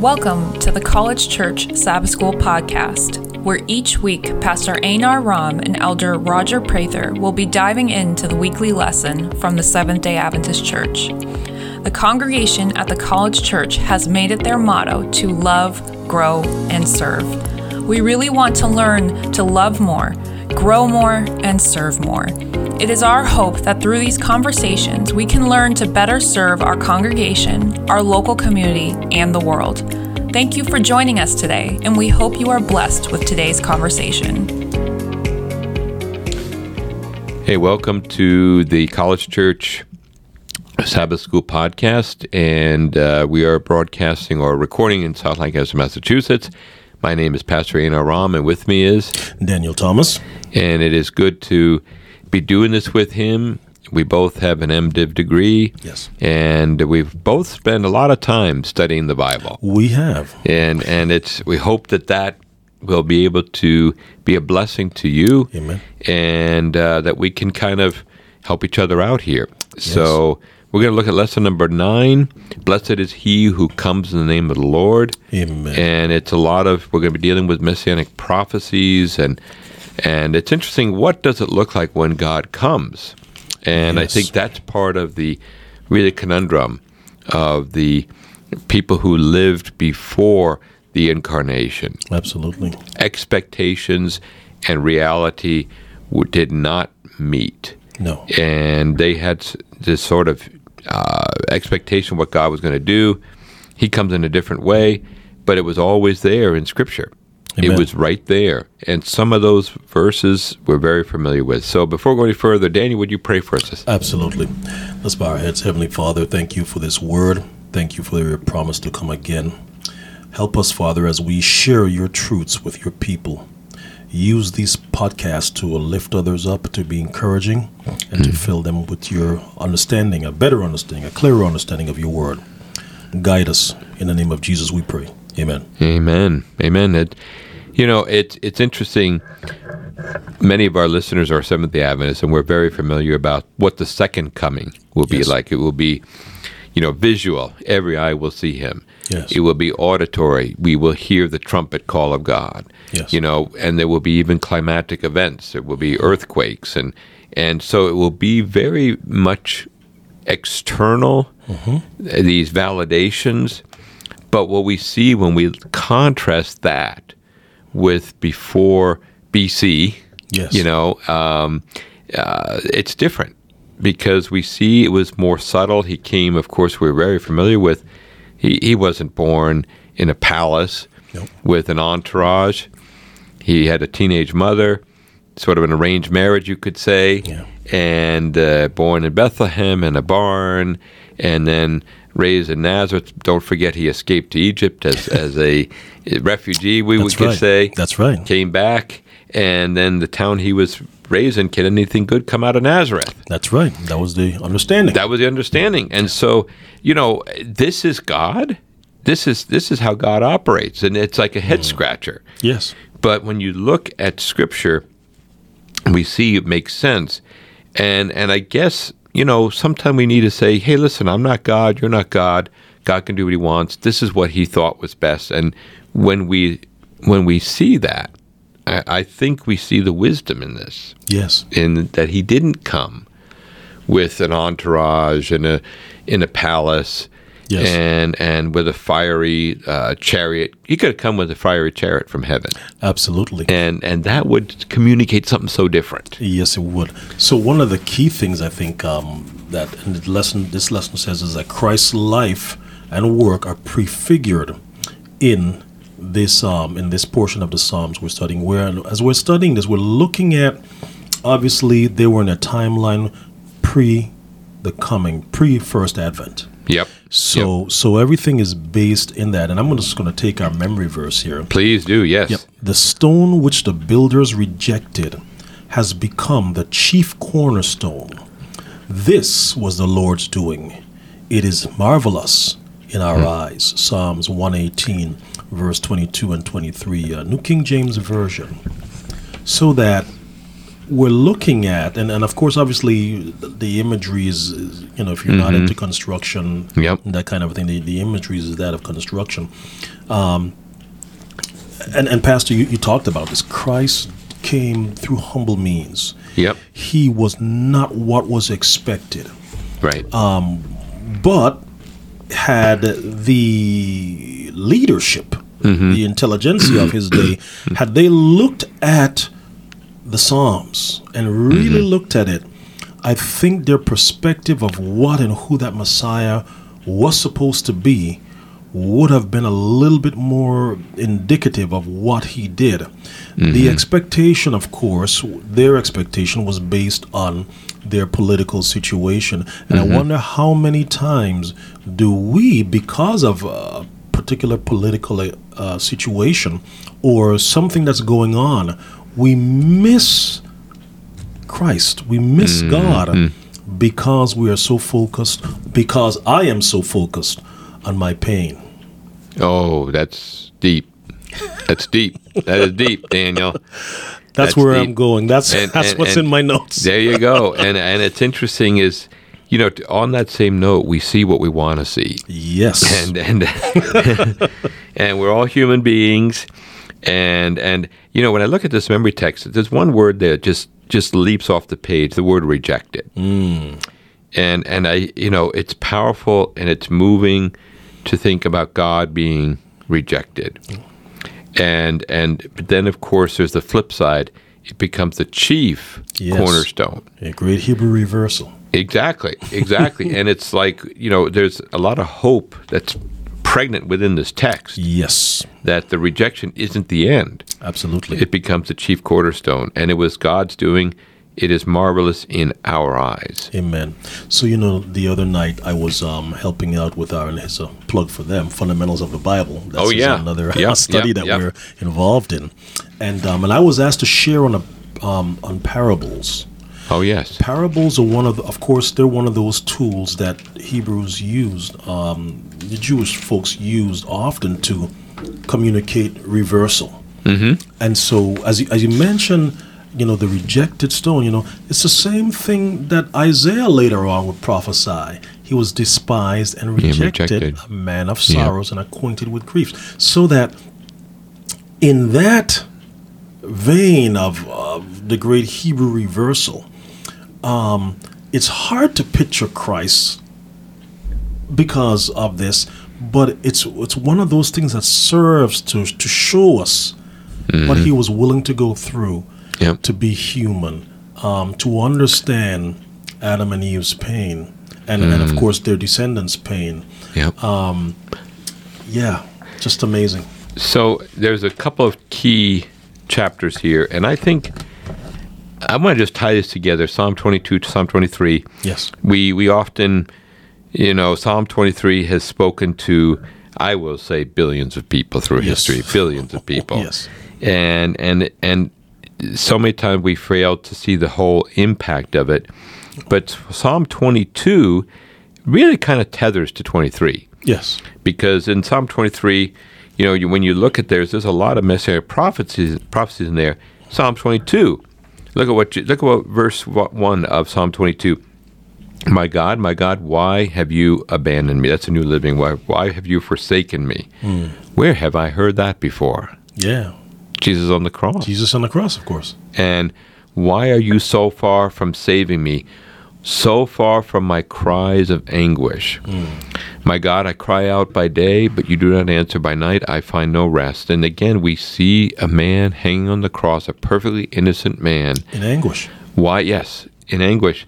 Welcome to the College Church Sabbath School podcast, where each week Pastor Anar Ram and Elder Roger Prather will be diving into the weekly lesson from the Seventh day Adventist Church. The congregation at the College Church has made it their motto to love, grow, and serve. We really want to learn to love more, grow more, and serve more. It is our hope that through these conversations, we can learn to better serve our congregation, our local community, and the world. Thank you for joining us today, and we hope you are blessed with today's conversation. Hey, welcome to the College Church Sabbath School podcast, and uh, we are broadcasting or recording in South Lancaster, Massachusetts. My name is Pastor Anar Ram, and with me is, Daniel Thomas. and it is good to be doing this with him. We both have an MDiv degree, Yes. and we've both spent a lot of time studying the Bible. We have. and and it's we hope that that will be able to be a blessing to you Amen. and uh, that we can kind of help each other out here so we're going to look at lesson number nine blessed is he who comes in the name of the lord Amen. and it's a lot of we're going to be dealing with messianic prophecies and and it's interesting what does it look like when god comes and i Yes. think that's part of the really conundrum of the people who lived before the incarnation Absolutely. expectations and reality w- did not meet No. and they had s- this sort of uh, expectation what God was going to do. He comes in a different way, but it was always there in Scripture. It Amen. was right there, and some of those verses we're very familiar with. So, before going any further, Daniel, would you pray for us? Absolutely. Let's bow our heads. Heavenly Father, thank you for this word. Thank you for your promise to come again. Help us, Father, as we share your truths with your people. Use these podcasts to lift others up, to be encouraging, and to fill them with your understanding, a better understanding, a clearer understanding of your word. Guide us. In the name of Jesus, we pray. Amen. Amen. Amen. It, you know, it's it's interesting. Many of our listeners are Seventh Day Adventists, and we're very familiar about what the second coming will be Yes. like. It will be, you know, visual. Every eye will see Him. Yes. It will be auditory. We will hear the trumpet call of God. Yes. You know, and there will be even climatic events. There will be earthquakes, and and so it will be very much external. Mm-hmm. These validations. But what we see when we contrast that with before BC, Yes. you know, um, uh, it's different because we see it was more subtle. He came, of course, we're very familiar with. He, he wasn't born in a palace Nope. with an entourage. He had a teenage mother, sort of an arranged marriage, you could say, Yeah. and uh, born in Bethlehem in a barn, and then raised in Nazareth. Don't forget, he escaped to Egypt as, as a refugee, we That's would right. say. That's right. Came back, and then the town he was raised in, can anything good come out of Nazareth? That's right. That was the understanding. That was the understanding. And so, you know, this is God. This is this is how God operates, and it's like a head Hmm. scratcher. yes. But when you look at Scripture, we see it makes sense. And and I guess you know sometimes we need to say, hey, listen, I'm not God. You're not God. God can do what He wants. This is what He thought was best. And when we when we see that, I, I think we see the wisdom in this Yes. in that he didn't come with an entourage and a in a palace Yes. and and with a fiery uh, chariot. He could have come with a fiery chariot from heaven, Absolutely. and and that would communicate something so different. Yes, it would. So one of the key things I think um, that and the lesson this lesson says is that Christ's life and work are prefigured in this um, in this portion of the Psalms we're studying. Where and as we're studying this, we're looking at obviously they were in a timeline pre the coming pre first advent. Yep. Yep. So so everything is based in that, and I'm just going to take our memory verse here. please do yes. The stone which the builders rejected has become the chief cornerstone. This was the Lord's doing. It is marvelous in our Hmm. eyes. Psalms 118, verse 22 and 23, uh, New King James Version. So that we're looking at, and, and of course, obviously, the imagery is, is, you know, if you're not into construction, Mm-hmm. Yep. that kind of thing, the, the imagery is that of construction. Um, and, and Pastor, you, you talked about this. Christ came through humble means. Yep. He was not what was expected, Right. but had the leadership, the intelligentsia of his day, had they looked at the Psalms and really looked at it, I think their perspective of what and who that Messiah was supposed to be would have been a little bit more indicative of what he did. The expectation, of course, their expectation was based on their political situation. And I wonder how many times do we, because of uh, a particular political uh, situation or something that's going on, we miss Christ. We miss Mm-hmm. God because we are so focused, because I am so focused on my pain. oh, that's deep. That's deep. That is deep, Daniel. That's, That's where deep. I'm going. That's And- that's and- what's and in my notes. There you go. And and it's interesting is, you know, t- on that same note, we see what we want to see. yes. and and and we're all human beings and and you know when i look at this memory text there's one word that just just leaps off the page the word rejected and and i you know it's powerful and it's moving to think about god being rejected and and but then of course there's the flip side it becomes the chief Yes. cornerstone A great Hebrew reversal. Exactly, exactly. and it's like, you know, there's a lot of hope that's pregnant within this text Yes. that the rejection isn't the end. Absolutely. It becomes the chief cornerstone, and it was God's doing. It is marvelous in our eyes. Amen. So you know, the other night I was um, helping out with our and it's a plug for them, Fundamentals of the Bible. That's Oh, yeah. another Yeah, study yeah, that yeah. we're involved in, and um, and I was asked to share on a um, on parables. Oh yes, Parables are one of, the, of course, they're one of those tools that Hebrews used, um, the Jewish folks used often to communicate reversal. And so, as you, as you mentioned, you know, the rejected stone, you know, it's the same thing that Isaiah later on would prophesy. He was despised and rejected, rejected. a man of sorrows and acquainted with griefs. So that in that vein of, of the great Hebrew reversal, um, it's hard to picture Christ because of this, but it's it's one of those things that serves to to show us what he was willing to go through Mm-hmm. Yep. to be human, um, to understand Adam and Eve's pain, and, and Mm. of course their descendants' pain. yeah. Yeah, just amazing. So there's a couple of key chapters here, and I think I want to just tie this together. Psalm 22 to Psalm 23. Yes. we we often you know psalm 23 has spoken to i will say billions of people through Yes. history billions of people Yes. and and and so many times we fail to see the whole impact of it but psalm 22 really kind of tethers to 23 Yes. because in Psalm 23, you know, you, when you look at theirs, there's a lot of messianic prophecies, prophecies in there. Psalm 22, look at what you, look at what verse wa- one of Psalm 22. My God, my God, why have you abandoned me? That's a new living. Why, why have you forsaken me? Where have I heard that before? Yeah. Jesus on the cross. Jesus on the cross, of course. And why are you so far from saving me? So far from my cries of anguish. My God, I cry out by day, but you do not answer by night. I find no rest. And again, we see a man hanging on the cross, a perfectly innocent man. In anguish. Why, yes, in anguish.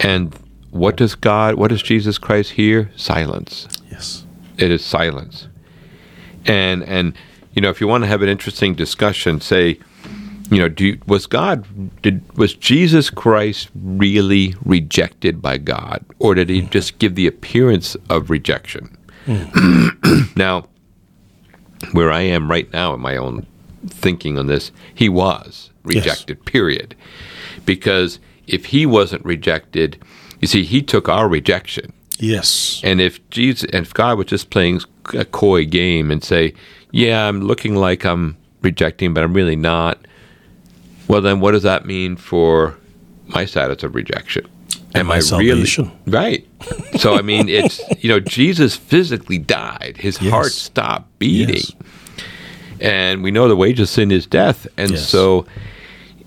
And what does God, what does Jesus Christ hear? Silence Yes. it is silence and and you know if you want to have an interesting discussion say you know do you, was god did was jesus christ really rejected by god or did he just give the appearance of rejection now where i am right now in my own thinking on this he was rejected period because if he wasn't rejected you see he took our rejection Yes. and if Jesus, and if God was just playing a coy game and say, "Yeah, I'm looking like I'm rejecting, but I'm really not," Well, then what does that mean for my status of rejection? And my salvation. Really, right. So, I mean, it's, you know, Jesus physically died, his Yes. heart stopped beating. Yes. And we know the wage of sin is death. And Yes. so,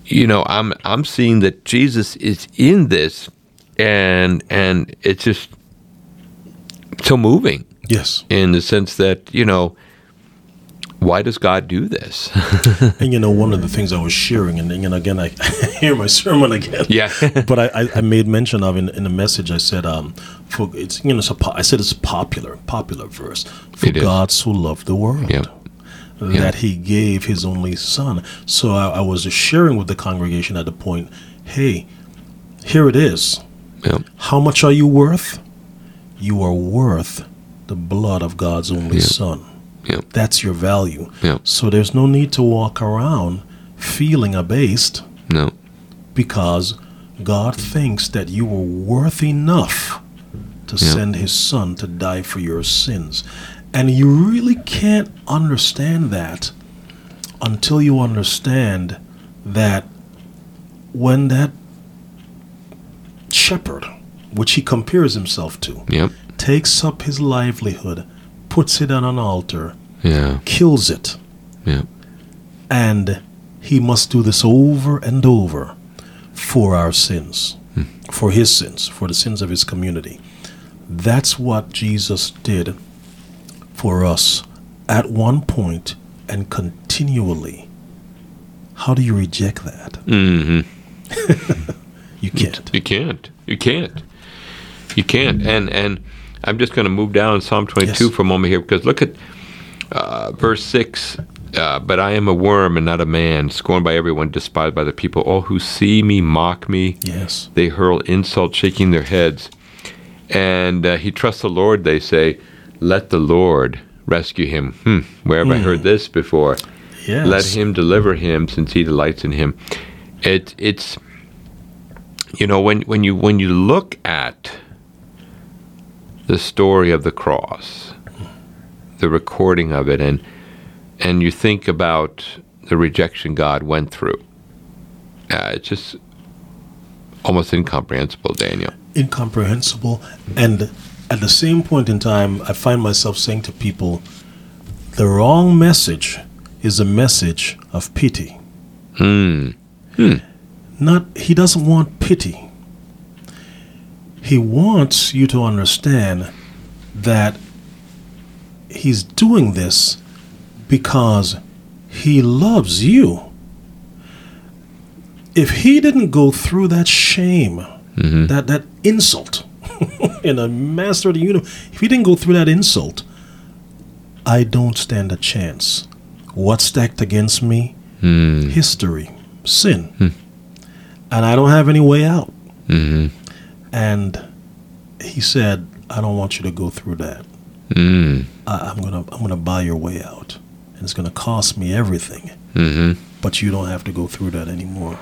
you know, I'm I'm seeing that Jesus is in this and and it's just so moving Yes. in the sense that, you know, why does God do this? And you know, one of the things I was sharing, and, and again, I hear my sermon again. Yeah. but I, I, I made mention of in, in the message. I said, um, for it's you know, it's a po- I said it's a popular, popular verse. For It is. God so loved the world Yep. that He gave His only Son. So I, I was sharing with the congregation at the point, hey, here it is. Yep. How much are you worth? You are worth the blood of God's only Yeah. Son. Yeah. That's your value. Yeah. So there's no need to walk around feeling abased No. because God thinks that you were worth enough to send His Son to die for your sins. And you really can't understand that until you understand that when that shepherd, which he compares himself to, Yep. takes up his livelihood, puts it on an altar, Yeah. kills it, Yeah. and he must do this over and over for our sins, for his sins, for the sins of his community. That's what Jesus did for us at one point and continually. How do you reject that? Mm-hmm. you can't. You can't. You can't. You can't. And and I'm just going to move down Psalm 22 Yes. for a moment here because look at uh, verse six. Uh, but I am a worm and not a man, scorned by everyone, despised by the people. All who see me mock me. Yes. They hurl insult, shaking their heads. And uh, he trusts the Lord. They say, "Let the Lord rescue him." Hmm, where have I heard this before? Yes. Let him deliver him, since he delights in him. It it's you know when when you when you look at the story of the cross, the recording of it, and and you think about the rejection God went through. Uh, it's just almost incomprehensible, Daniel. incomprehensible. And at the same point in time, I find myself saying to people, the wrong message is a message of pity. Not he doesn't want pity. He wants you to understand that he's doing this because he loves you. If he didn't go through that shame, that that insult in a master of the universe if he didn't go through that insult i don't stand a chance what's stacked against me history sin and i don't have any way out and he said i don't want you to go through that I, i'm gonna i'm gonna buy your way out and it's gonna cost me everything but you don't have to go through that anymore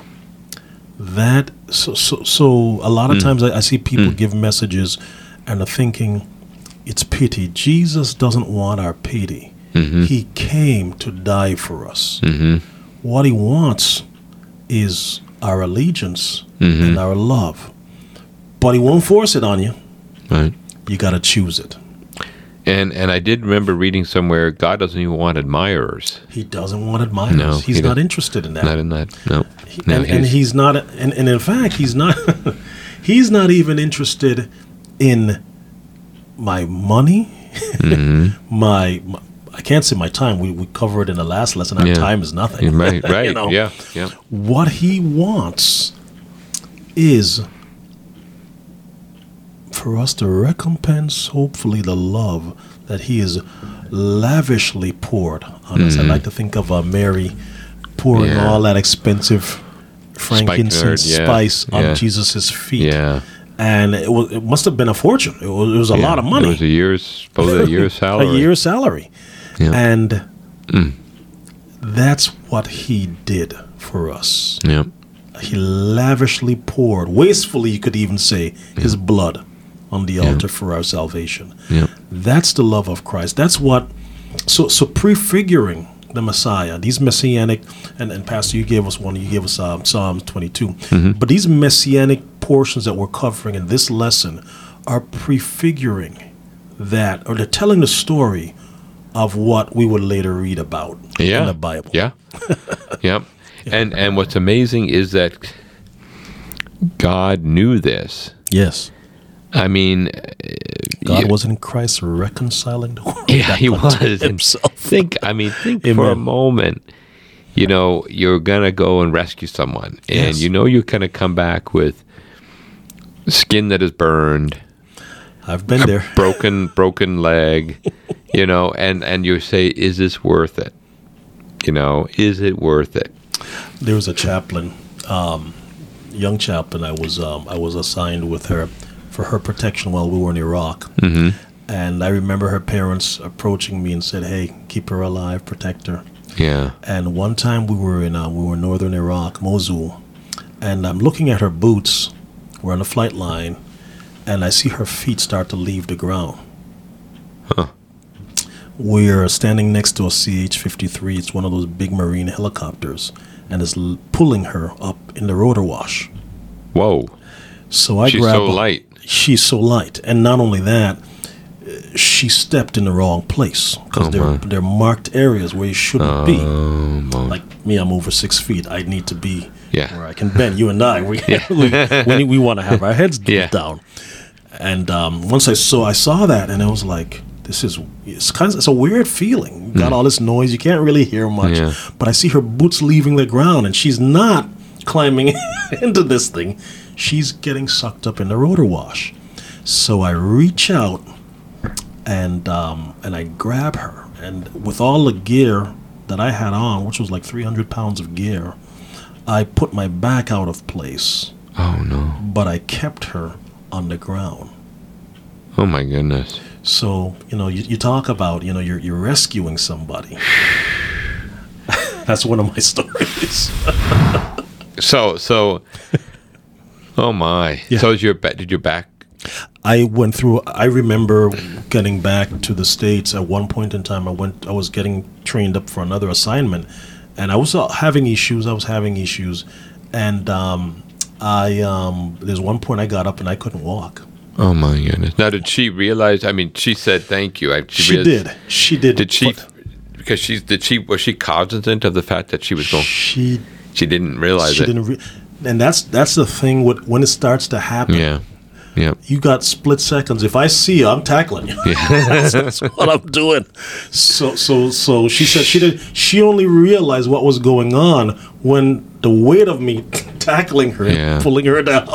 that so so, so a lot Mm. of times I, I see people give messages and are thinking it's pity jesus doesn't want our pity Mm-hmm. he came to die for us what he wants is our allegiance Mm-hmm. and our love but he won't force it on you Right. you got to choose it And and I did remember reading somewhere God doesn't even want admirers. he doesn't want admirers No, he's he not don't- interested in that Not in that. No. He- no and, and he's- he's not and, and in fact he's not he's not even interested in my money Mm-hmm. my, my i can't say my time we, we covered in the last lesson our Yeah. time is nothing right. Right. you know? Yeah. Yeah. what he wants is for us to recompense, hopefully, the love that he is lavishly poured on us. I like to think of uh, Mary pouring Mm-hmm. Yeah. all that expensive frankincense yeah, spice on yeah. Jesus' feet. Yeah. And it, was, it must have been a fortune. It was, it was a Yeah, lot of money It was a year's, probably a year's salary. a year's salary. Yeah. Mm. And that's what he did for us. Yeah. He lavishly poured, wastefully, you could even say, his blood on the altar for our salvation. Yeah. That's the love of Christ. That's what. So, so prefiguring the Messiah. These messianic, and, and Pastor, you gave us one, you gave us um, Psalms 22. Mm-hmm. But these messianic portions that we're covering in this lesson are prefiguring that, or they're telling the story of what we would later read about yeah. in the Bible. Yeah. yep. And and what's amazing is that God knew this. Yes. I mean, God Yeah. was in Christ reconciling the world. yeah, he unto was. And Himself. think, I mean, think for a Amen. moment. You know, you're gonna go and rescue someone, and Yes. you know you're gonna come back with skin that is burned, I've been there. broken, broken leg. You know, and and you say, is this worth it? You know, is it worth it? there was a chaplain, um, young chaplain. I was um, I was assigned with her for her protection while we were in Iraq. Mm-hmm. And I remember her parents approaching me and said, "Hey, keep her alive, protect her." Yeah. And one time we were in uh, we were in northern Iraq, Mosul, and I'm looking at her boots. We're on the flight line, and I see her feet start to leave the ground. We're standing next to a CH-53. It's one of those big Marine helicopters, and it's l- pulling her up in the rotor wash. Whoa. So I She's grab so her- light. She's so light, and not only that, uh, she stepped in the wrong place because Oh, there my. are there are marked areas where you shouldn't be. Oh, my. Like me, I'm over six feet. I need to be Yeah. where I can bend. You and I, we we, we, we want to have our heads Yeah. down. And um, once I saw I saw that, and I was like, "This is it's kind of it's a weird feeling. You got all this noise, you can't really hear much. Yeah. But I see her boots leaving the ground, and she's not climbing into this thing. She's getting sucked up in the rotor wash. So I reach out and um, and I grab her, and with all the gear that I had on, which was like 300 pounds of gear, I put my back out of place, oh no. but I kept her on the ground. Oh my goodness. So you know, you, you talk about you know you're you're rescuing somebody. That's one of my stories. So so. oh my. Yeah. So is your back? Did your back? I went through. I remember getting back to the states at one point in time. I went. I was getting trained up for another assignment, and I was uh, having issues. I was having issues, and um, I um, there's one point I got up and I couldn't walk. Oh my goodness. Now did she realize? I mean, she said thank you. I- She realized- did. She did. Did she? but Because she's did she was she cognizant of the fact that she was going? She She didn't realize she it. didn't. Re- and that's that's the thing. What when it starts to happen, yeah. Yeah. you got split seconds. If I see you, I'm tackling you. that's, that's what I'm doing. So, so, so she said she did. She only realized what was going on when the weight of me tackling her, Yeah. and pulling her down,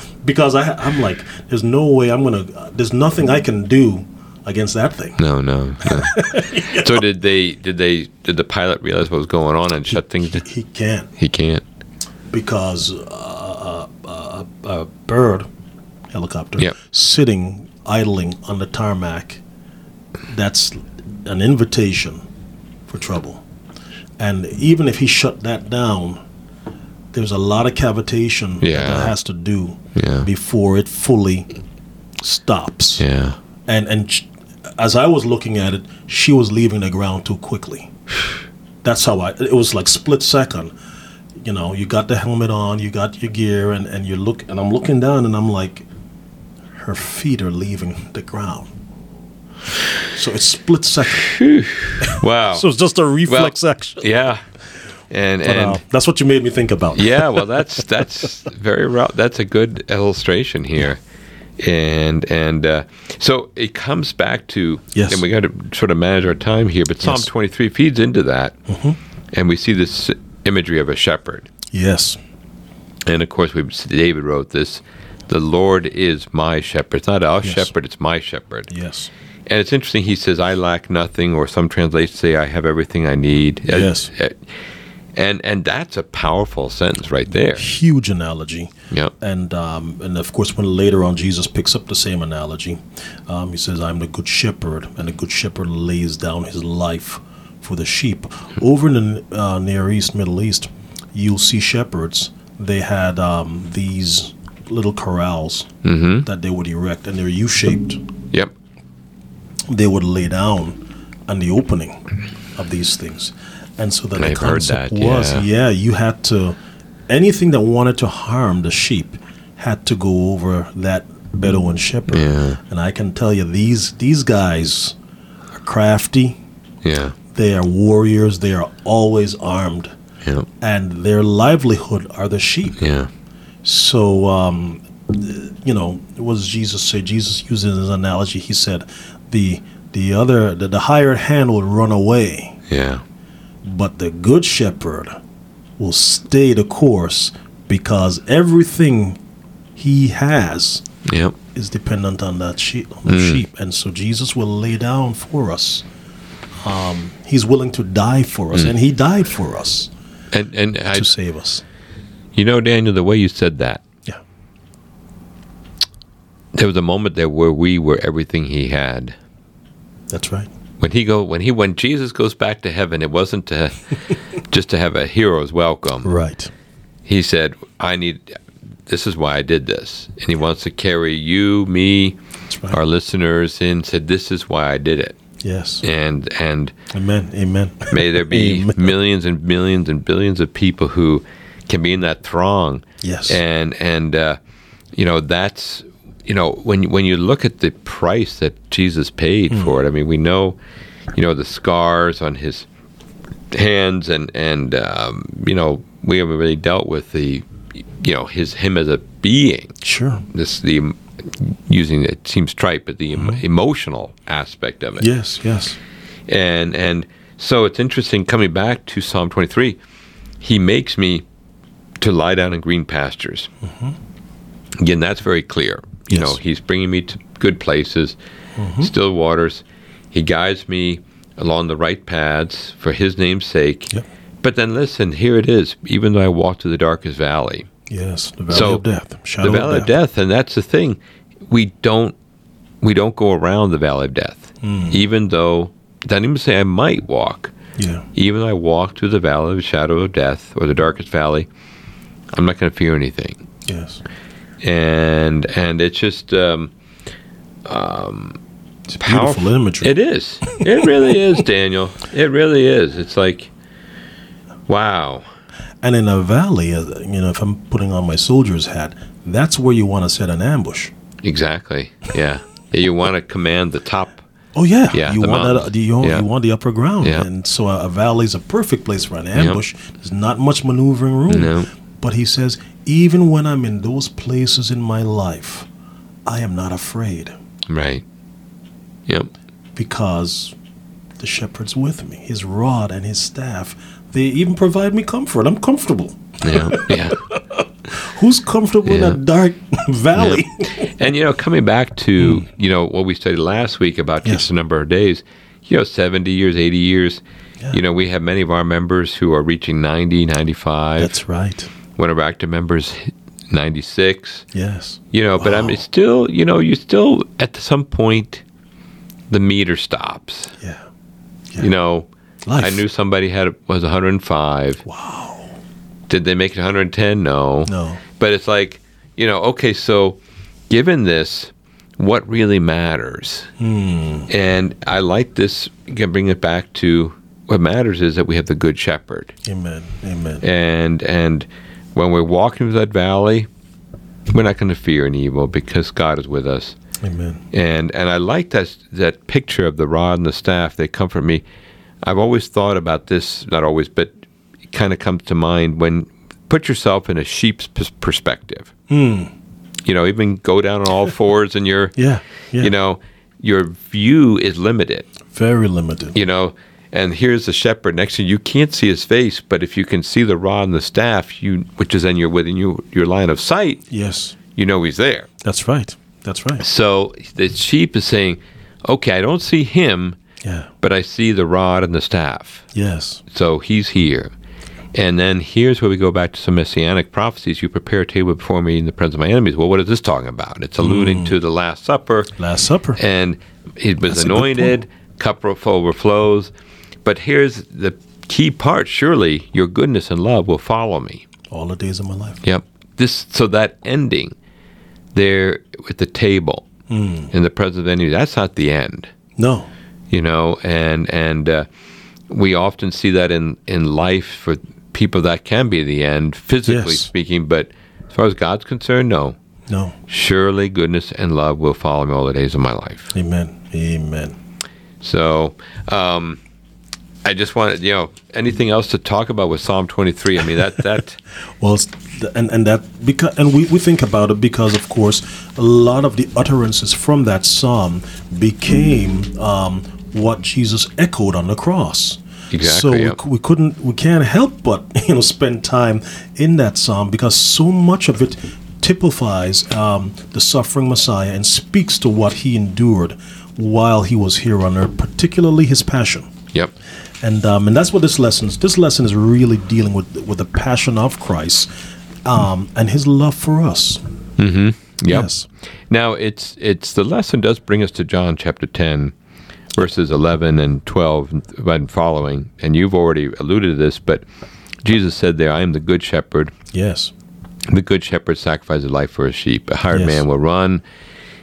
because I, I'm like, there's no way I'm gonna. There's nothing I can do against that thing. No. No. no. So did they? Did they? Did the pilot realize what was going on and shut things? down? He can't He can't. because uh, a, a, a bird helicopter Yep. sitting idling on the tarmac that's an invitation for trouble and even if he shut that down there's a lot of cavitation Yeah. that has to do Yeah. before it fully stops Yeah. and and sh- as I was looking at it, she was leaving the ground too quickly. That's how I. It was like split second. You know, you got the helmet on, you got your gear, and and you look, and I'm looking down, and I'm like, her feet are leaving the ground. So it's split second. Wow. So it's just a reflex action. yeah. And But, and uh, that's what you made me think about. yeah, well, that's that's very ro- that's a good illustration here, and and uh, so it comes back to Yes. and we got to sort of manage our time here, but Psalm Yes. Mm-hmm. twenty three feeds into that, and we see this imagery of a shepherd, Yes. and of course we David wrote this, the Lord is my shepherd, it's not our Yes. shepherd, it's my shepherd, Yes. and it's interesting. He says, "I lack nothing," or some translations say, "I have everything I need." Uh, Yes. uh, and and that's a powerful sentence right there. Huge analogy. Yep. And um, and of course, when later on Jesus picks up the same analogy, um, he says, "I'm the good shepherd, and the good shepherd lays down his life for the sheep." Over in the uh, Near East, Middle East, you'll see shepherds. They had um, these little corrals Mm-hmm. that they would erect, and they're U-shaped. Yep. They would lay down on the opening, of these things. And so that And the I've heard concept that, was, yeah. yeah, you had to, anything that wanted to harm the sheep had to go over that Bedouin shepherd. Yeah. And I can tell you, these these guys are crafty. Yeah. They are warriors. They are always armed, Yeah. and their livelihood are the sheep. Yeah. So, um, you know, what does Jesus say? Jesus uses his analogy. He said, "the the other the, the hired hand will run away, Yeah. but the good shepherd will stay the course because everything he has Yep. is dependent on that sheep, on the Hmm. sheep, and so Jesus will lay down for us. Um, he's willing to die for us, and he died for us And and Hmm. I, to save us. you know, Daniel, the way you said that, Yeah, there was a moment there where we were everything he had. that's right. When he go when he when Jesus goes back to heaven, it wasn't to just to have a hero's welcome. Right. He said, I need this is why I did this. And he wants to carry you, me, That's right. our listeners in, said this is why I did it. Yes. And and Amen. Amen. May there be Amen. millions and millions and billions of people who can be in that throng. Yes. And and uh, you know that's you know when you- when you look at the price that Jesus paid for it. I mean, we know you know the scars on his hands and and um, you know we haven't really dealt with the you know his him as a being Sure. this the using it seems trite but the em- emotional aspect of it Yes. Yes. and and so it's interesting coming back to Psalm 23. He makes me to lie down in green pastures. Again, that's very clear. You Mm-hmm. Yes. Mm-hmm. know, he's bringing me to good places, still waters. He guides me along the right paths for His name's sake. Yep. But then listen, here it is. Even though I walk through the darkest valley, Yes. The valley So, of death. Shadow the valley of death. and that's the thing we don't we don't go around the valley of death Mm. even though doesn't even say i might walk Yeah. even though i walk through the valley of the shadow of death or the darkest valley i'm not going to fear anything Yes. and and it's just um, It's beautiful Powerful. imagery. it is it really is daniel it really is it's like wow and in a valley, uh, you know, if I'm putting on my soldier's hat, that's where you want to set an ambush. exactly yeah you want to command the top Oh yeah, Yeah, You the want that, mountains. you, want- Yeah. you want the upper ground, Yeah. and so a, a valley is a perfect place for an ambush. There's not much maneuvering room. No. But he says, even when I'm in those places in my life, I am not afraid right yep because the shepherd's with me. His rod and his staff, they even provide me comfort. I'm comfortable. yeah yeah Who's comfortable in Yeah. a dark valley? And you know, coming back to you know what we studied last week about Hmm. Yes. just the number of days, you know, seventy years, eighty years. Yeah. You know, we have many of our members who are reaching 90, 95. That's right. One of our active members, ninety six. Yes. You know, but I mean, Wow. it's still, you know, you still at some point, the meter stops. Yeah. You know, Life. I knew somebody had was one hundred and five. Wow. Did they make it one hundred and ten? No. No. But it's like, you know, okay, so given this, what really matters? And I like this, again, bring it back to what matters is that we have the good shepherd. Amen. Amen. And, and when we're walking through that valley, we're not going to fear any evil because God is with us. Amen. And, and I like that, that picture of the rod and the staff. They comfort me. I've always thought about this, not always, but it kind of comes to mind when put yourself in a sheep's pers- perspective you know, even go down on all fours and your, Yeah. Yeah. you know, your view is limited, Very limited. you know. And here's the shepherd next to you. You can't see his face, but if you can see the rod and the staff, you which is in your within you, your line of sight, Yes. you know he's there. That's right. That's right. So the sheep is saying, "Okay, I don't see him, Yeah. but I see the rod and the staff. Yes. So he's here." And then here's where we go back to some messianic prophecies. You prepare a table before me in the presence of my enemies. Well, what is this talking about? It's alluding to the Last Supper. Last Supper. and he was Hmm. That's a good anointed, cup overflows. But here's the key part surely your goodness and love will follow me. All the days of my life. Yep. This so that ending there at the table Hmm. in the presence of the enemy, that's not the end, No. you know, and and uh, we often see that in, in life for people that can be the end, physically Yes. speaking. But as far as God's concerned, no. No. Surely goodness and love will follow me all the days of my life. Amen. Amen. So um, I just wanted, you know, anything else to talk about with Psalm 23? I mean, that, that, Well, it's th- and and that because and we, we think about it because of course a lot of the utterances from that psalm became um, what Jesus echoed on the cross. So Exactly, we, yep. cou- we couldn't we can't help but you know spend time in that psalm because so much of it typifies um, the suffering Messiah and speaks to what he endured while he was here on earth, particularly his passion yep. and um, and that's what this lesson is. This lesson is really dealing with with the passion of Christ um, and His love for us. Yep. Yes, Now it's it's the lesson does bring us to John chapter ten, verses eleven and twelve and- and following. And you've already alluded to this, but Jesus said there, "I am the good shepherd. yes, The good shepherd sacrifices life for his sheep. A hired Yes. man will run."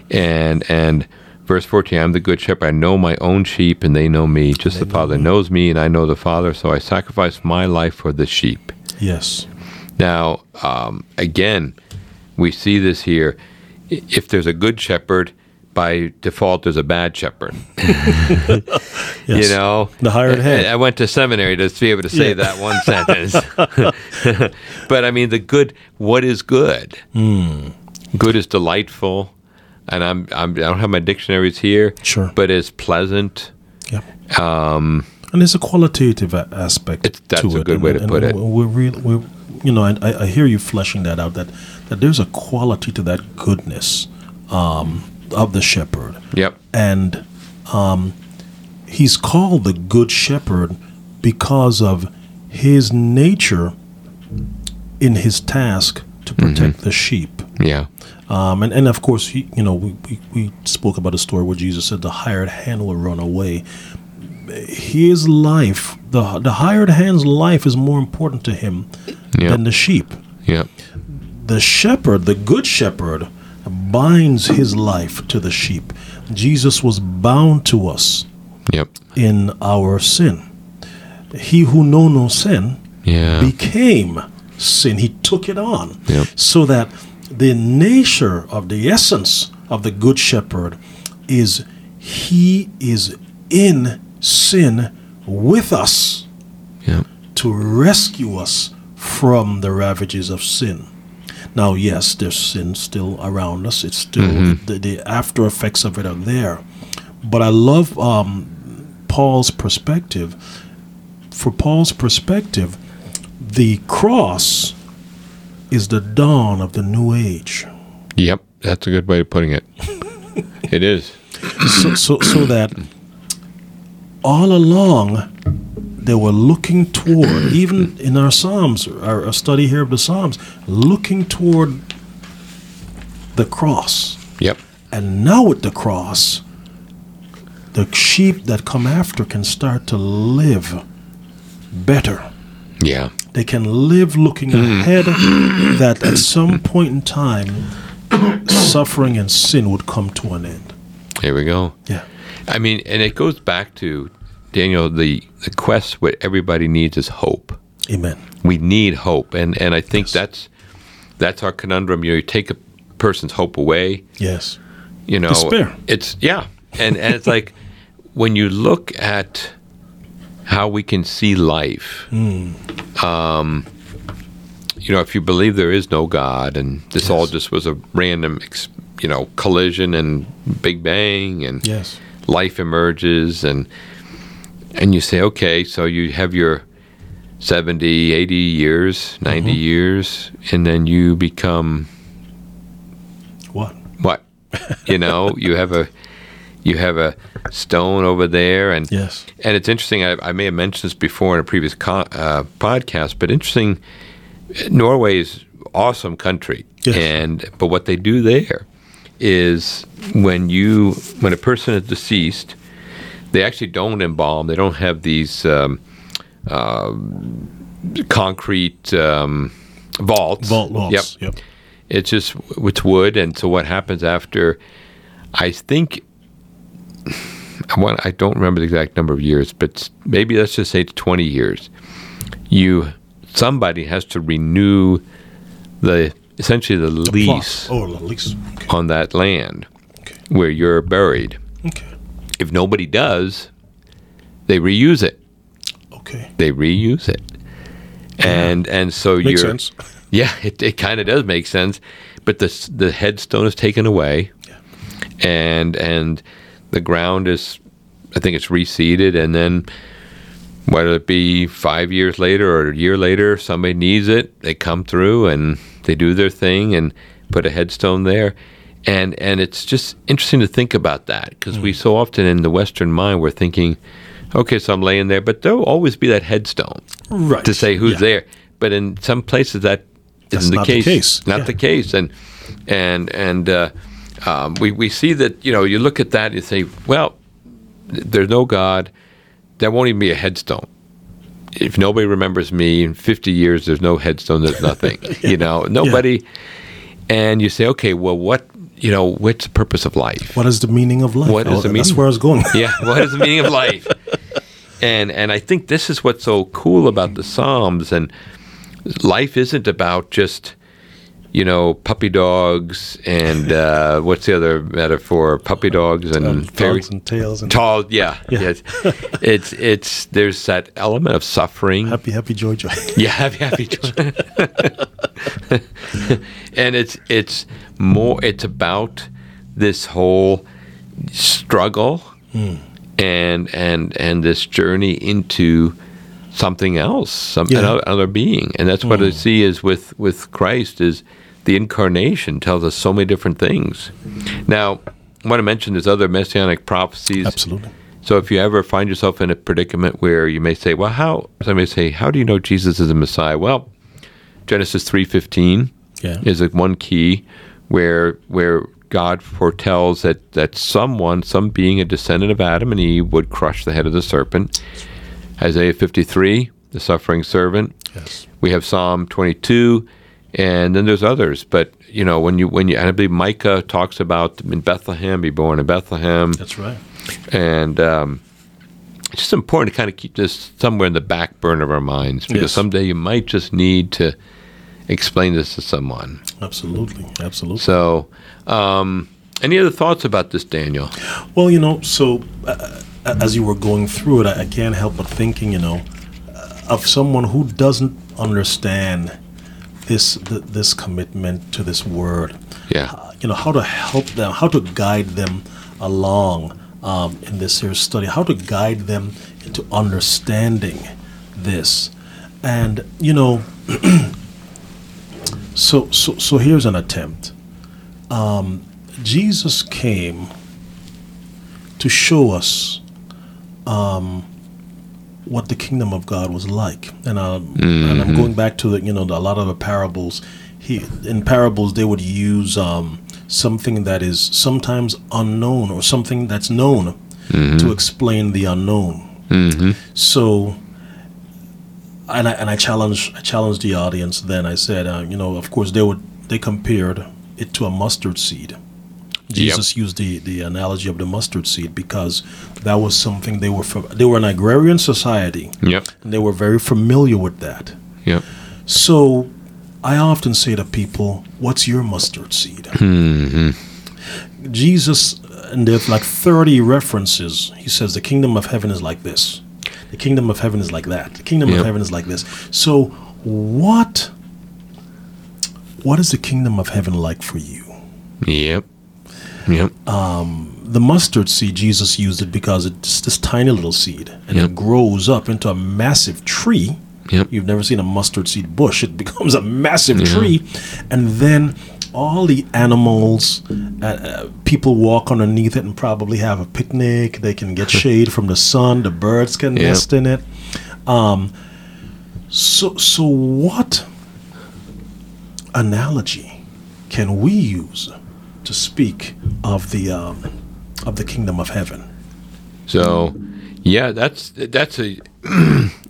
And and verse fourteen, "I'm the good shepherd. I know my own sheep, and they know me. Just the Father knows me, and I know the Father. So I sacrifice my life for the sheep." yes, Now, um, again, we see this here. I- If there's a good shepherd, by default, there's a bad shepherd. yes. You know, The hired I- hand. I, I went to seminary to be able to say Yeah. that one sentence. but I mean, the good. What is good? Hmm. Good is delightful, and I'm, I'm I don't have my dictionaries here. Sure. but it's pleasant. Yep. Um, and there's a qualitative a- aspect It's- that's to a it, good and- way to and put it. We're real, we're, you know, and I, I hear you fleshing that out. That that there's a quality to that goodness um, of the shepherd. Yep. and um, he's called the good shepherd because of his nature in his task to protect the sheep Yeah. um, and, and of course he, you know we, we, we spoke about a story where jesus said the hired hand will run away his life the, the hired hand's life is more important to him Yeah. than the sheep Yep. the shepherd, the good shepherd, binds his life to the sheep. Jesus was bound to us Yep. in our sin. He who know no sin Yeah. became sin. He took it on. Yep. So that the nature of the essence of the good shepherd is he is in sin with us Yep. to rescue us from the ravages of sin. Now, yes, there's sin still around us. It's still the, the after effects of it are there. But I love um, Paul's perspective. For Paul's perspective, the cross is the dawn of the new age. Yep. That's a good way of putting it. it is. so, so, so that all along they were looking toward, even in our Psalms, our, our study here of the Psalms, looking toward the cross. Yep. And now with the cross, the sheep that come after can start to live better. Yeah. They can live looking ahead that at some point in time, suffering and sin would come to an end. Here we go. Yeah. I mean, and it goes back to Daniel. The the quest what everybody needs is hope. Amen. We need hope, and and I think that's that's our conundrum. You, know, you take a person's hope away. Yes. You know, Despair. It's yeah, and and it's like when you look at how we can see life. Um, you know, if you believe there is no God, and this all just was a random, ex, you know, collision and Big Bang, and Yes. life emerges and and you say okay so you have your 70 80 years 90 years and then you become What? what you know you have a you have a stone over there and Yes. and it's interesting I, I may have mentioned this before in a previous con, uh, podcast but interesting norway's awesome country Yes. and but what they do there is when you when a person is deceased they actually don't embalm they don't have these um, uh, concrete um, vaults Vault locks. yep it's just it's wood and so what happens after i think I want I don't remember the exact number of years, but maybe let's just say it's 20 years. You somebody has to renew the essentially the lease Oh, at least. Okay. on that land Okay. where you're buried. Okay. If nobody does, they reuse it. Okay. They reuse it. And and so Makes you're sense. Yeah, it, it kind of does make sense, but the s- the headstone is taken away, and and the ground is, I think it's reseeded, and then whether it be five years later or a year later, somebody needs it, they come through and they do their thing and put a headstone there, and and it's just interesting to think about that because we so often in the Western mind we're thinking, okay, so I'm laying there, but there'll always be that headstone Right. to say who's Yeah. there. But in some places that That's isn't the not the case. case. Not Yeah. the case. And and and uh, um, we we see that you know you look at that and you say, well, th- there's no God. There won't even be a headstone. If nobody remembers me in 50 years, there's no headstone. There's nothing. You know, nobody. And you say, okay, well, what you know, what's the purpose of life? What is the meaning of life? Oh, What is the That's meaning? where I was going. yeah what is the meaning of life and and i think this is what's so cool about the psalms and life isn't about just you know puppy dogs and uh, what's the other metaphor puppy dogs and Um, fairy dogs and tails and tall yeah, yes it's it's there's that element of suffering happy, happy joy, joy. yeah, happy, happy. children. and it's it's more. It's about this whole struggle and and and this journey into something else, some Yeah. another, another being. And that's what I see is with with Christ is the incarnation tells us so many different things. Now, I want to mention there's other messianic prophecies. Absolutely. So if you ever find yourself in a predicament where you may say, "Well, how?" Somebody say, "How do you know Jesus is the Messiah?" Well, Genesis three fifteen Yeah. is like one key where where God foretells that that someone, some being, a descendant of Adam and Eve, would crush the head of the serpent. Isaiah fifty three, the suffering servant. Yes. We have Psalm 22, and then there's others. But you know, when you when you, and I believe Micah talks about in Bethlehem, be born in Bethlehem, That's right. and um, it's just important to kind of keep this somewhere in the back burner of our minds because Yes. someday you might just need to explain this to someone. Absolutely. Absolutely. So, um, any other thoughts about this, Daniel? Well, you know, so uh, uh, as you were going through it, I, I can't help but thinking, you know, uh, of someone who doesn't understand this th- this commitment to this word. Yeah, Uh, you know, how to help them, how to guide them along um, in this here study, how to guide them into understanding this, and you know, so so so here's an attempt. Um, Jesus came to show us um, what the kingdom of God was like. And, i and I'm going back to the, you know the, a lot of the parables. He, in parables, they would use um, something that is sometimes unknown or something that's known to explain the unknown. So, and I and I challenged I challenged the audience. Then I said, uh, you know, of course they would they compared it to a mustard seed. Jesus used the, the analogy of the mustard seed because that was something they were fam- they were an agrarian society yep, and they were very familiar with that. yep, So I often say to people, "What's your mustard seed?" Jesus, and there's like 30 references. He says the kingdom of heaven is like this, the kingdom of heaven is like that, the kingdom Yep. of heaven is like this. So what what is the kingdom of heaven like for you? yep, yep, the mustard seed Jesus used it because it's this tiny little seed and Yep. it grows up into a massive tree. Yep. You've never seen a mustard seed bush. It becomes a massive tree and then all the animals uh, uh, people walk underneath it and probably have a picnic. They can get shade from the sun, the birds can Yep. nest in it. Um so so what analogy can we use to speak of the um, of the kingdom of heaven? So, yeah, that's that's a.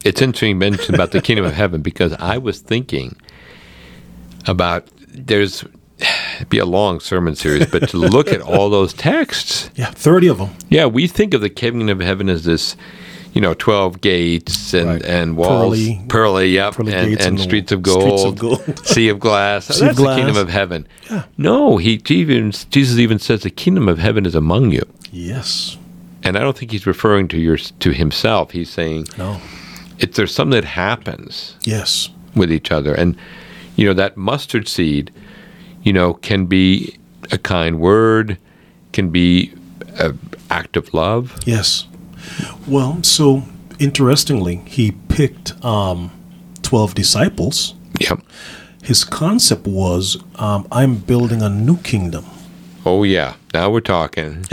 it's interesting you mentioned about the kingdom of heaven because I was thinking about there's it'd be a long sermon series, but to look at all those texts. Yeah, 30 of them. Yeah, we think of the kingdom of heaven as this, you know, twelve gates and Right. and walls, Pearly- pearly, yep, pearly and, gates and and the streets of gold, streets of gold. sea of glass. Sea of That's the kingdom glass. of heaven. No, he even Jesus even says the kingdom of heaven is among you, Yes. and I don't think he's referring to your to himself. He's saying No. it's there's something that happens Yes. with each other. And, you know, that mustard seed, you know, can be a kind word, can be an act of love. Yes. Well, so interestingly, he picked um, 12 disciples. Yep. His concept was um, I'm building a new kingdom Oh, yeah. Now we're talking.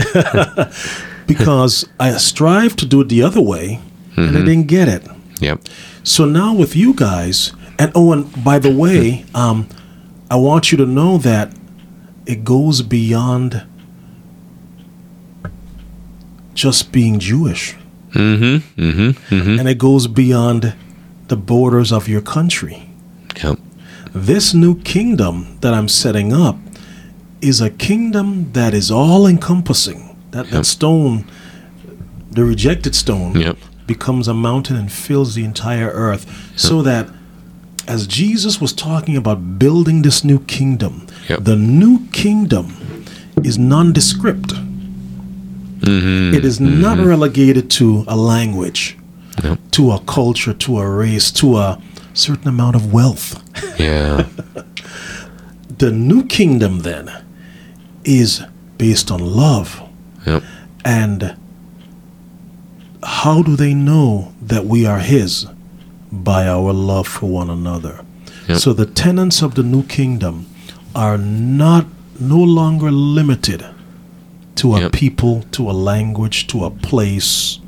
because I strived to do it the other way and I didn't get it. yep. So now with you guys, and oh, and by the way, um, I want you to know that it goes beyond just being Jewish. Mm-hmm. Mm-hmm. And it goes beyond the borders of your country. Yep. This new kingdom that I'm setting up is a kingdom that is all encompassing. That, that stone, the rejected stone, Yep. becomes a mountain and fills the entire earth. So that as Jesus was talking about building this new kingdom, Yep. the new kingdom is nondescript. Mm-hmm. It is not relegated to a language, Yep. to a culture, to a race, to a certain amount of wealth. Yeah. The new kingdom then is based on love. yep. And how do they know that we are His? By our love for one another. Yep. So the tenants of the new kingdom are not no longer limited to a Yep. people, to a language, to a place.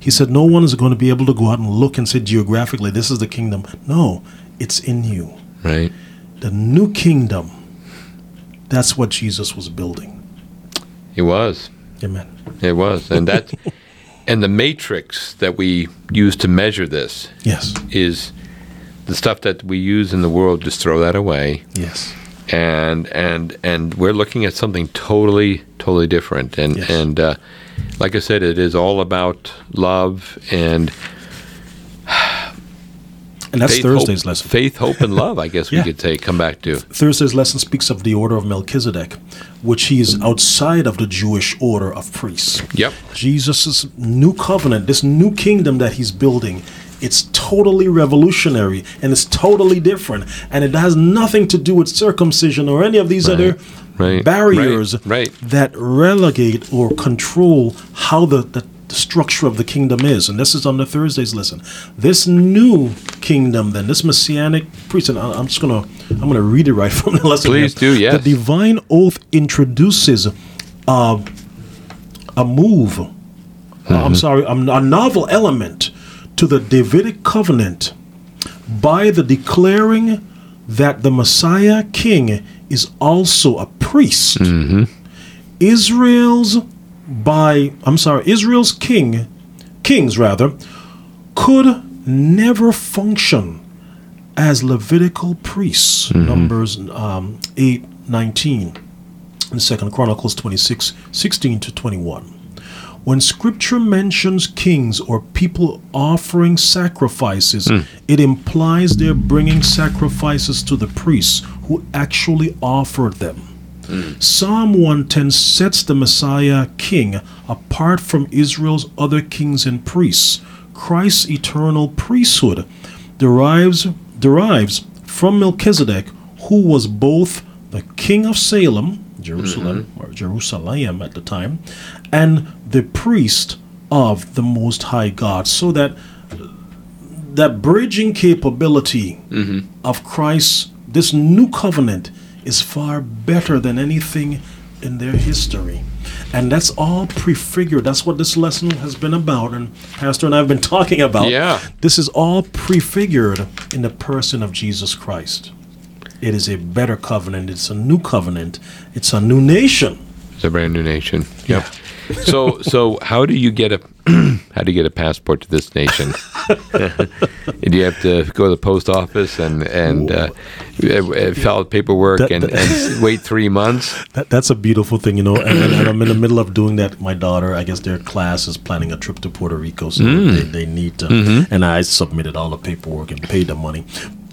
He said, No one is going to be able to go out and look and say geographically, this is the kingdom. No, it's in you. Right. The new kingdom. That's what Jesus was building. It was. Amen. It was. And that, and the matrix that we use to measure this Yes. is the stuff that we use in the world, just throw that away. Yes. and and and we're looking at something totally totally different and Yes. and uh, like i said it is all about love and And that's faith, Thursday's hope, lesson. faith hope and love i guess Yeah. we could say come back to Thursday's lesson speaks of the order of Melchizedek, which he is outside of the Jewish order of priests. yep Jesus' new covenant, this new kingdom that he's building, it's totally revolutionary and it's totally different. And it has nothing to do with circumcision or any of these other right, barriers right, right. that relegate or control how the, the the structure of the kingdom is. And this is on the Thursday's lesson. This new kingdom, then, this messianic priest, and I- I'm just going to, I'm going to read it right from the lesson. Please do, Yeah. yes. The divine oath introduces uh, a move uh, Mm-hmm. I'm sorry, um, a novel element to the Davidic covenant by the declaring that the Messiah king is also a priest. Israel's by I'm sorry, Israel's king, kings rather, could never function as Levitical priests. Numbers um, eight nineteen in Second Chronicles 26, 16 to 21. When scripture mentions kings or people offering sacrifices, it implies they're bringing sacrifices to the priests who actually offered them. Psalm 110 sets the Messiah king apart from Israel's other kings and priests. Christ's eternal priesthood derives derives from Melchizedek, who was both the king of Salem, Jerusalem or Jerusalem at the time, and the priest of the most high God. So that that bridging capability of Christ, this new covenant, is far better than anything in their history. And that's all prefigured. That's what this lesson has been about, and Pastor and I have been talking about. Yeah. This is all prefigured in the person of Jesus Christ. It is a better covenant. It's a new covenant. It's a new nation. it's a brand new nation yep so so how do you get a how do you get a passport to this nation? do you have to go to the post office and and uh, uh, file paperwork That- and, that- and wait three months? That, that's a beautiful thing, you know. And, and, and I'm in the middle of doing that. My daughter, I guess their class is planning a trip to Puerto Rico, so Mm. they, they need to. Mm-hmm. And I submitted all the paperwork and paid the money.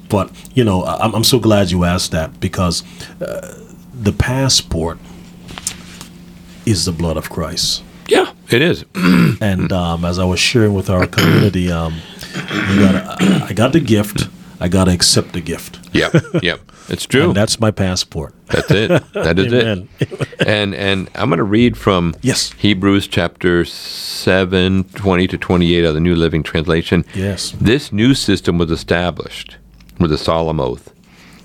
But, you know, I- I'm, I'm so glad you asked that because uh, the passport is the blood of Christ. Yeah, it is. Mm-hmm. And um, as I was sharing with our community, um, you gotta, I got the gift, I got to accept the gift. yep, yep. It's true. And that's my passport. That's it. That is Amen. it. And and I'm going to read from Yes. Hebrews chapter 7, 20 to 28 of the New Living Translation. Yes. This new system was established with a solemn oath.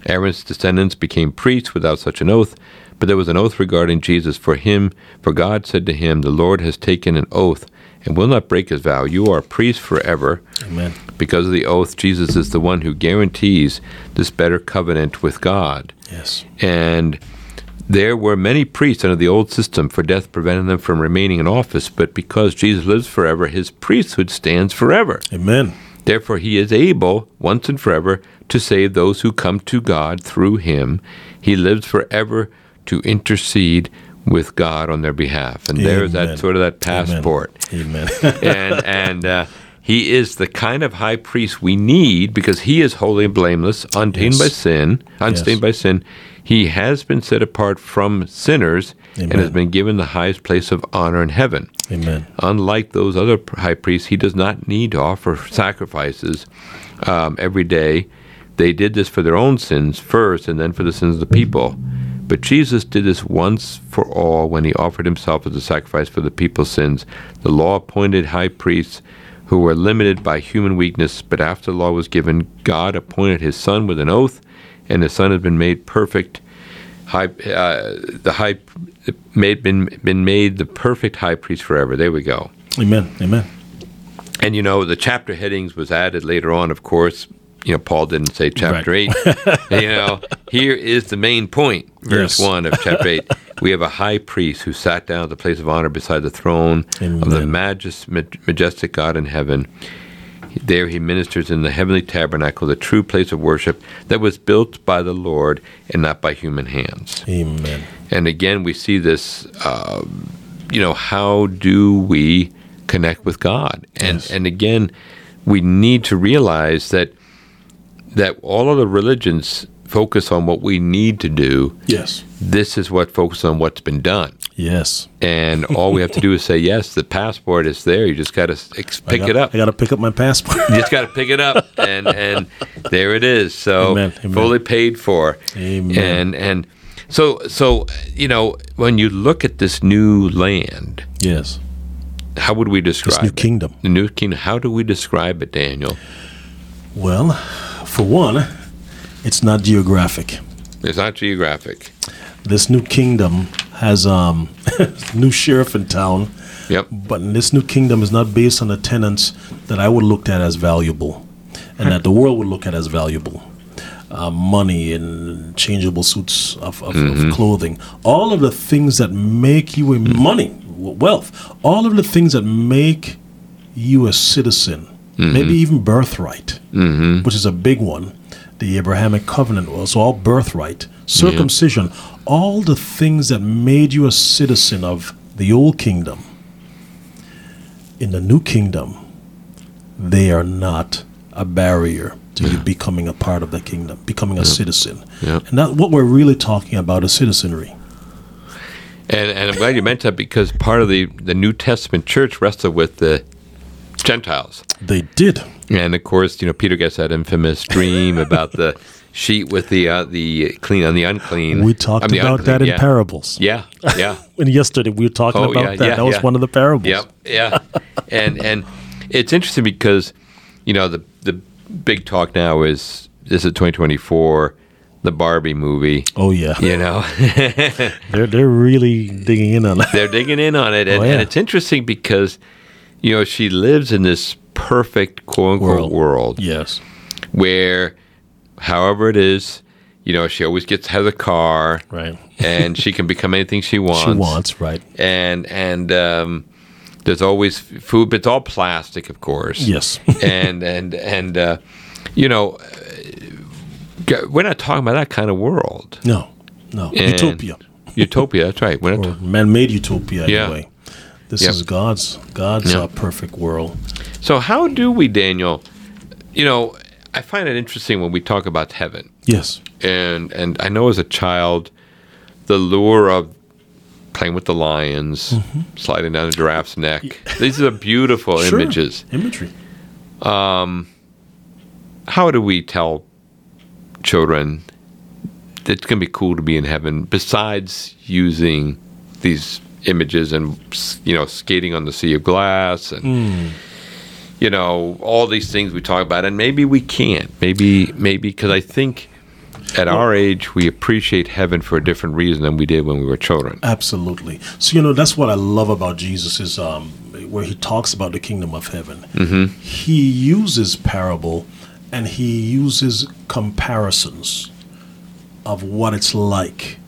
Aaron's descendants became priests without such an oath, but there was an oath regarding Jesus for him, for God said to him, The Lord has taken an oath and will not break his vow. You are a priest forever. Amen. Because of the oath, Jesus is the one who guarantees this better covenant with God Yes. and there were many priests under the old system, for death prevented them from remaining in office. But because Jesus lives forever, his priesthood stands forever. Amen. Therefore, he is able, once and forever, to save those who come to God through him. He lives forever to intercede with God on their behalf. And there's Amen. that sort of that Amen. passport Amen. and and uh, he is the kind of high priest we need because he is holy and blameless, untainted Yes. by sin, unstained by sin. He has been set apart from sinners and has Amen. been given the highest place of honor in heaven. Amen. Unlike those other p- high priests, he does not need to offer sacrifices um, every day. They did this for their own sins first and then for the sins of the people. But Jesus did this once for all when he offered himself as a sacrifice for the people's sins. The law appointed high priests who were limited by human weakness, but after the law was given, God appointed his son with an oath, and the son has been made perfect high, uh, the high made been been made the perfect high priest forever. There we go. Amen. Amen. And you know the chapter headings was added later on. Of course, you know Paul didn't say chapter eight. you know here is the main point, verse Yes. one of chapter eight. We have a high priest who sat down at the place of honor beside the throne of the Amen. majest, maj- majestic God in heaven. There he ministers in the heavenly tabernacle, the true place of worship that was built by the Lord and not by human hands. Amen. And again, we see this, uh, you know, how do we connect with God? And Yes. and again, we need to realize that that all of the religions focus on what we need to do. Yes. This is what focuses on what's been done. Yes. And all we have to do is say, yes, the passport is there. You just got to ex- I pick got- it up. I got to pick up my passport. you just got to pick it up. And, and there it is. So Amen, amen. fully paid for. Amen. And, and so, so, you know, when you look at this new land, yes. how would we describe new it? kingdom. The new kingdom. How do we describe it, Daniel? Well, for one, it's not geographic. It's not geographic. This new kingdom has um new sheriff in town, Yep. but this new kingdom is not based on the tenets that I would look at as valuable, and that the world would look at as valuable. uh, money and changeable suits of, of, of clothing, all of the things that make you a money, w- wealth, all of the things that make you a citizen, maybe even birthright, which is a big one. The Abrahamic covenant was all birthright, circumcision, all the things that made you a citizen of the old kingdom. In the new kingdom, they are not a barrier to you becoming a part of the kingdom, becoming a citizen. Yeah. And that what we're really talking about is citizenry. And, and I'm glad you mentioned that because part of the, the New Testament church wrestled with the Gentiles. They did. And of course, you know, Peter gets that infamous dream about the sheet with the uh, the clean on the unclean. We talked I mean, the about that in unclean, yeah. parables. Yeah, yeah, And yesterday we were talking Oh, about yeah, that. yeah, that was yeah. one of the parables. yep, yeah. And and it's interesting because you know the the big talk now is this is 2024, the Barbie movie. Oh yeah. You know, They're they're really digging in on that. they're digging in on it, and, Oh, yeah. and it's interesting because you know she lives in this perfect quote unquote World. world. Yes. where however it is you know she always gets has a car Right. and she can become anything she wants She wants, right. and and um There's always food, but it's all plastic, of course. Yes. and and and uh, you know, uh, we're not talking about that kind of world. No, no. And- utopia. Utopia. That's right. We're not Or man-made utopia, Yeah. anyway. This Yep. is God's God's Yeah. uh, perfect world. So how do we, Daniel? You know, I find it interesting when we talk about heaven, Yes. and and I know as a child, the lure of playing with the lions, sliding down a giraffe's neck. These are beautiful Mm-hmm. Sure. images. Imagery. How do we tell children that it's going to be cool to be in heaven? Besides using these images and you know skating on the sea of glass and Hmm. you know all these things we talk about and maybe we can't maybe maybe because i think at our age we appreciate heaven for a different reason than we did when we were children Absolutely. So you know that's what I love about Jesus is um, where he talks about the kingdom of heaven. Mm-hmm. He uses parable, and he uses comparisons of what it's like.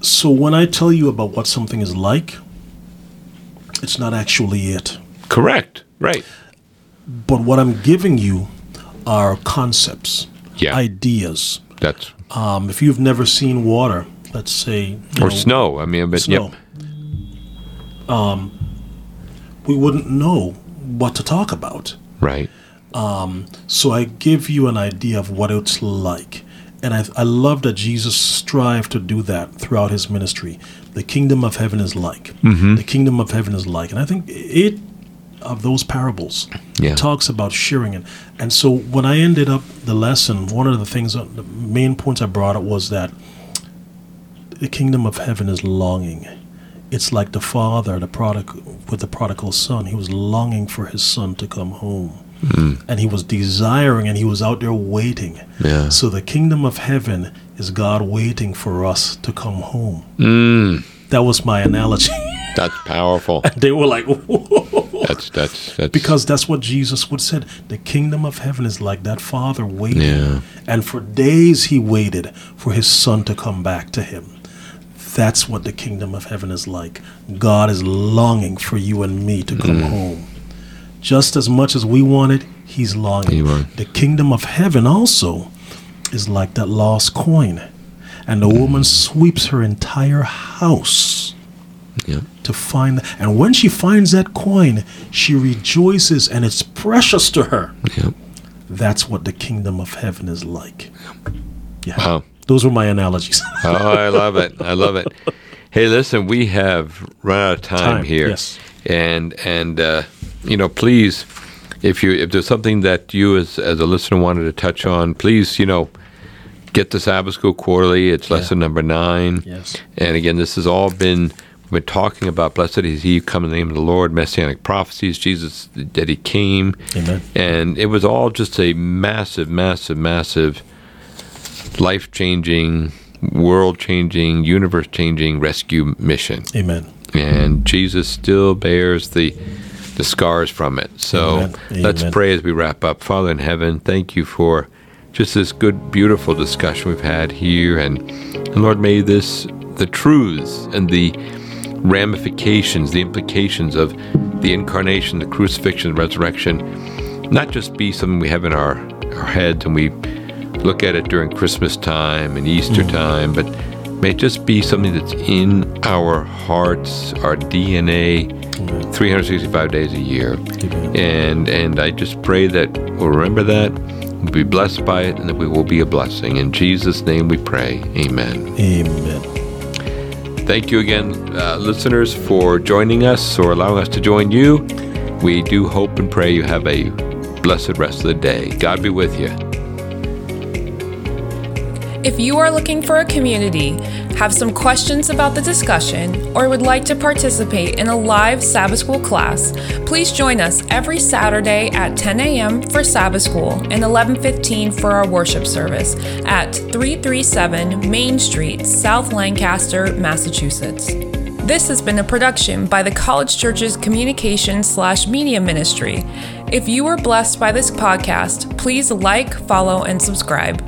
So when I tell you about what something is like, it's not actually it. correct right But what I'm giving you are concepts, Yeah. ideas. that's Um, if you've never seen water, let's say you or know, snow i mean but snow, yep um, we wouldn't know what to talk about. right So I give you an idea of what it's like. And I, I love that Jesus strived to do that throughout his ministry. The kingdom of heaven is like. The kingdom of heaven is like. And I think it, of those parables, Yeah. talks about sharing it. And so when I ended up the lesson, one of the things, uh, the main points I brought up was that the kingdom of heaven is longing. It's like the father, the prodigal, with the prodigal son. He was longing for his son to come home and he was desiring and he was out there waiting. Yeah. So the kingdom of heaven is God waiting for us to come home. That was my analogy. that's powerful they were like, that's that's that's because that's what Jesus would said. The kingdom of heaven is like that father waiting. Yeah. And for days he waited for his son to come back to him. That's what the kingdom of heaven is like. God is longing for you and me to come Mm. home. Just as much as we want it, he's longing. He wants- The kingdom of heaven also is like that lost coin. And the woman sweeps her entire house yeah. to find and when she finds that coin she rejoices and it's precious to her yeah that's what the kingdom of heaven is like yeah Wow. those were my analogies oh, I love it. I love it. Hey, listen, we have run out of time, Time, here, yes. and and uh, you know, please, if you if there's something that you as as a listener wanted to touch on, please, you know, get the Sabbath School Quarterly. It's lesson number nine. Yes. And again, this has all been we've been talking about. Blessed is he who comes in the name of the Lord. Messianic prophecies. Jesus that he came. Amen. And it was all just a massive, massive, massive life changing, world changing, universe changing rescue mission. amen And Jesus still bears the the scars from it. So Amen. let's Amen. pray as we wrap up. Father in heaven, thank you for just this good, beautiful discussion we've had here. And, and Lord, may this, the truths and the ramifications, the implications of the incarnation, the crucifixion, the resurrection, not just be something we have in our, our heads and we look at it during Christmas time and Easter time, but may it just be something that's in our hearts, our DNA, 365 days a year. Amen. And and I just pray that we'll remember that, we'll be blessed by it, and that we will be a blessing. In Jesus' name we pray. Amen. amen Thank you again, uh, listeners, for joining us or allowing us to join you. We do hope and pray you have a blessed rest of the day. God be with you. If you are looking for a community, have some questions about the discussion, or would like to participate in a live Sabbath School class, please join us every Saturday at 10 a.m. for Sabbath School and 11:15 for our worship service at 337 Main Street, South Lancaster, Massachusetts. This has been a production by the College Church's Communication slash Media Ministry. If you were blessed by this podcast, please like, follow, and subscribe.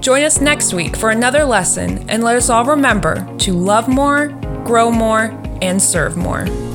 Join us next week for another lesson and let us all remember to love more, grow more, and serve more.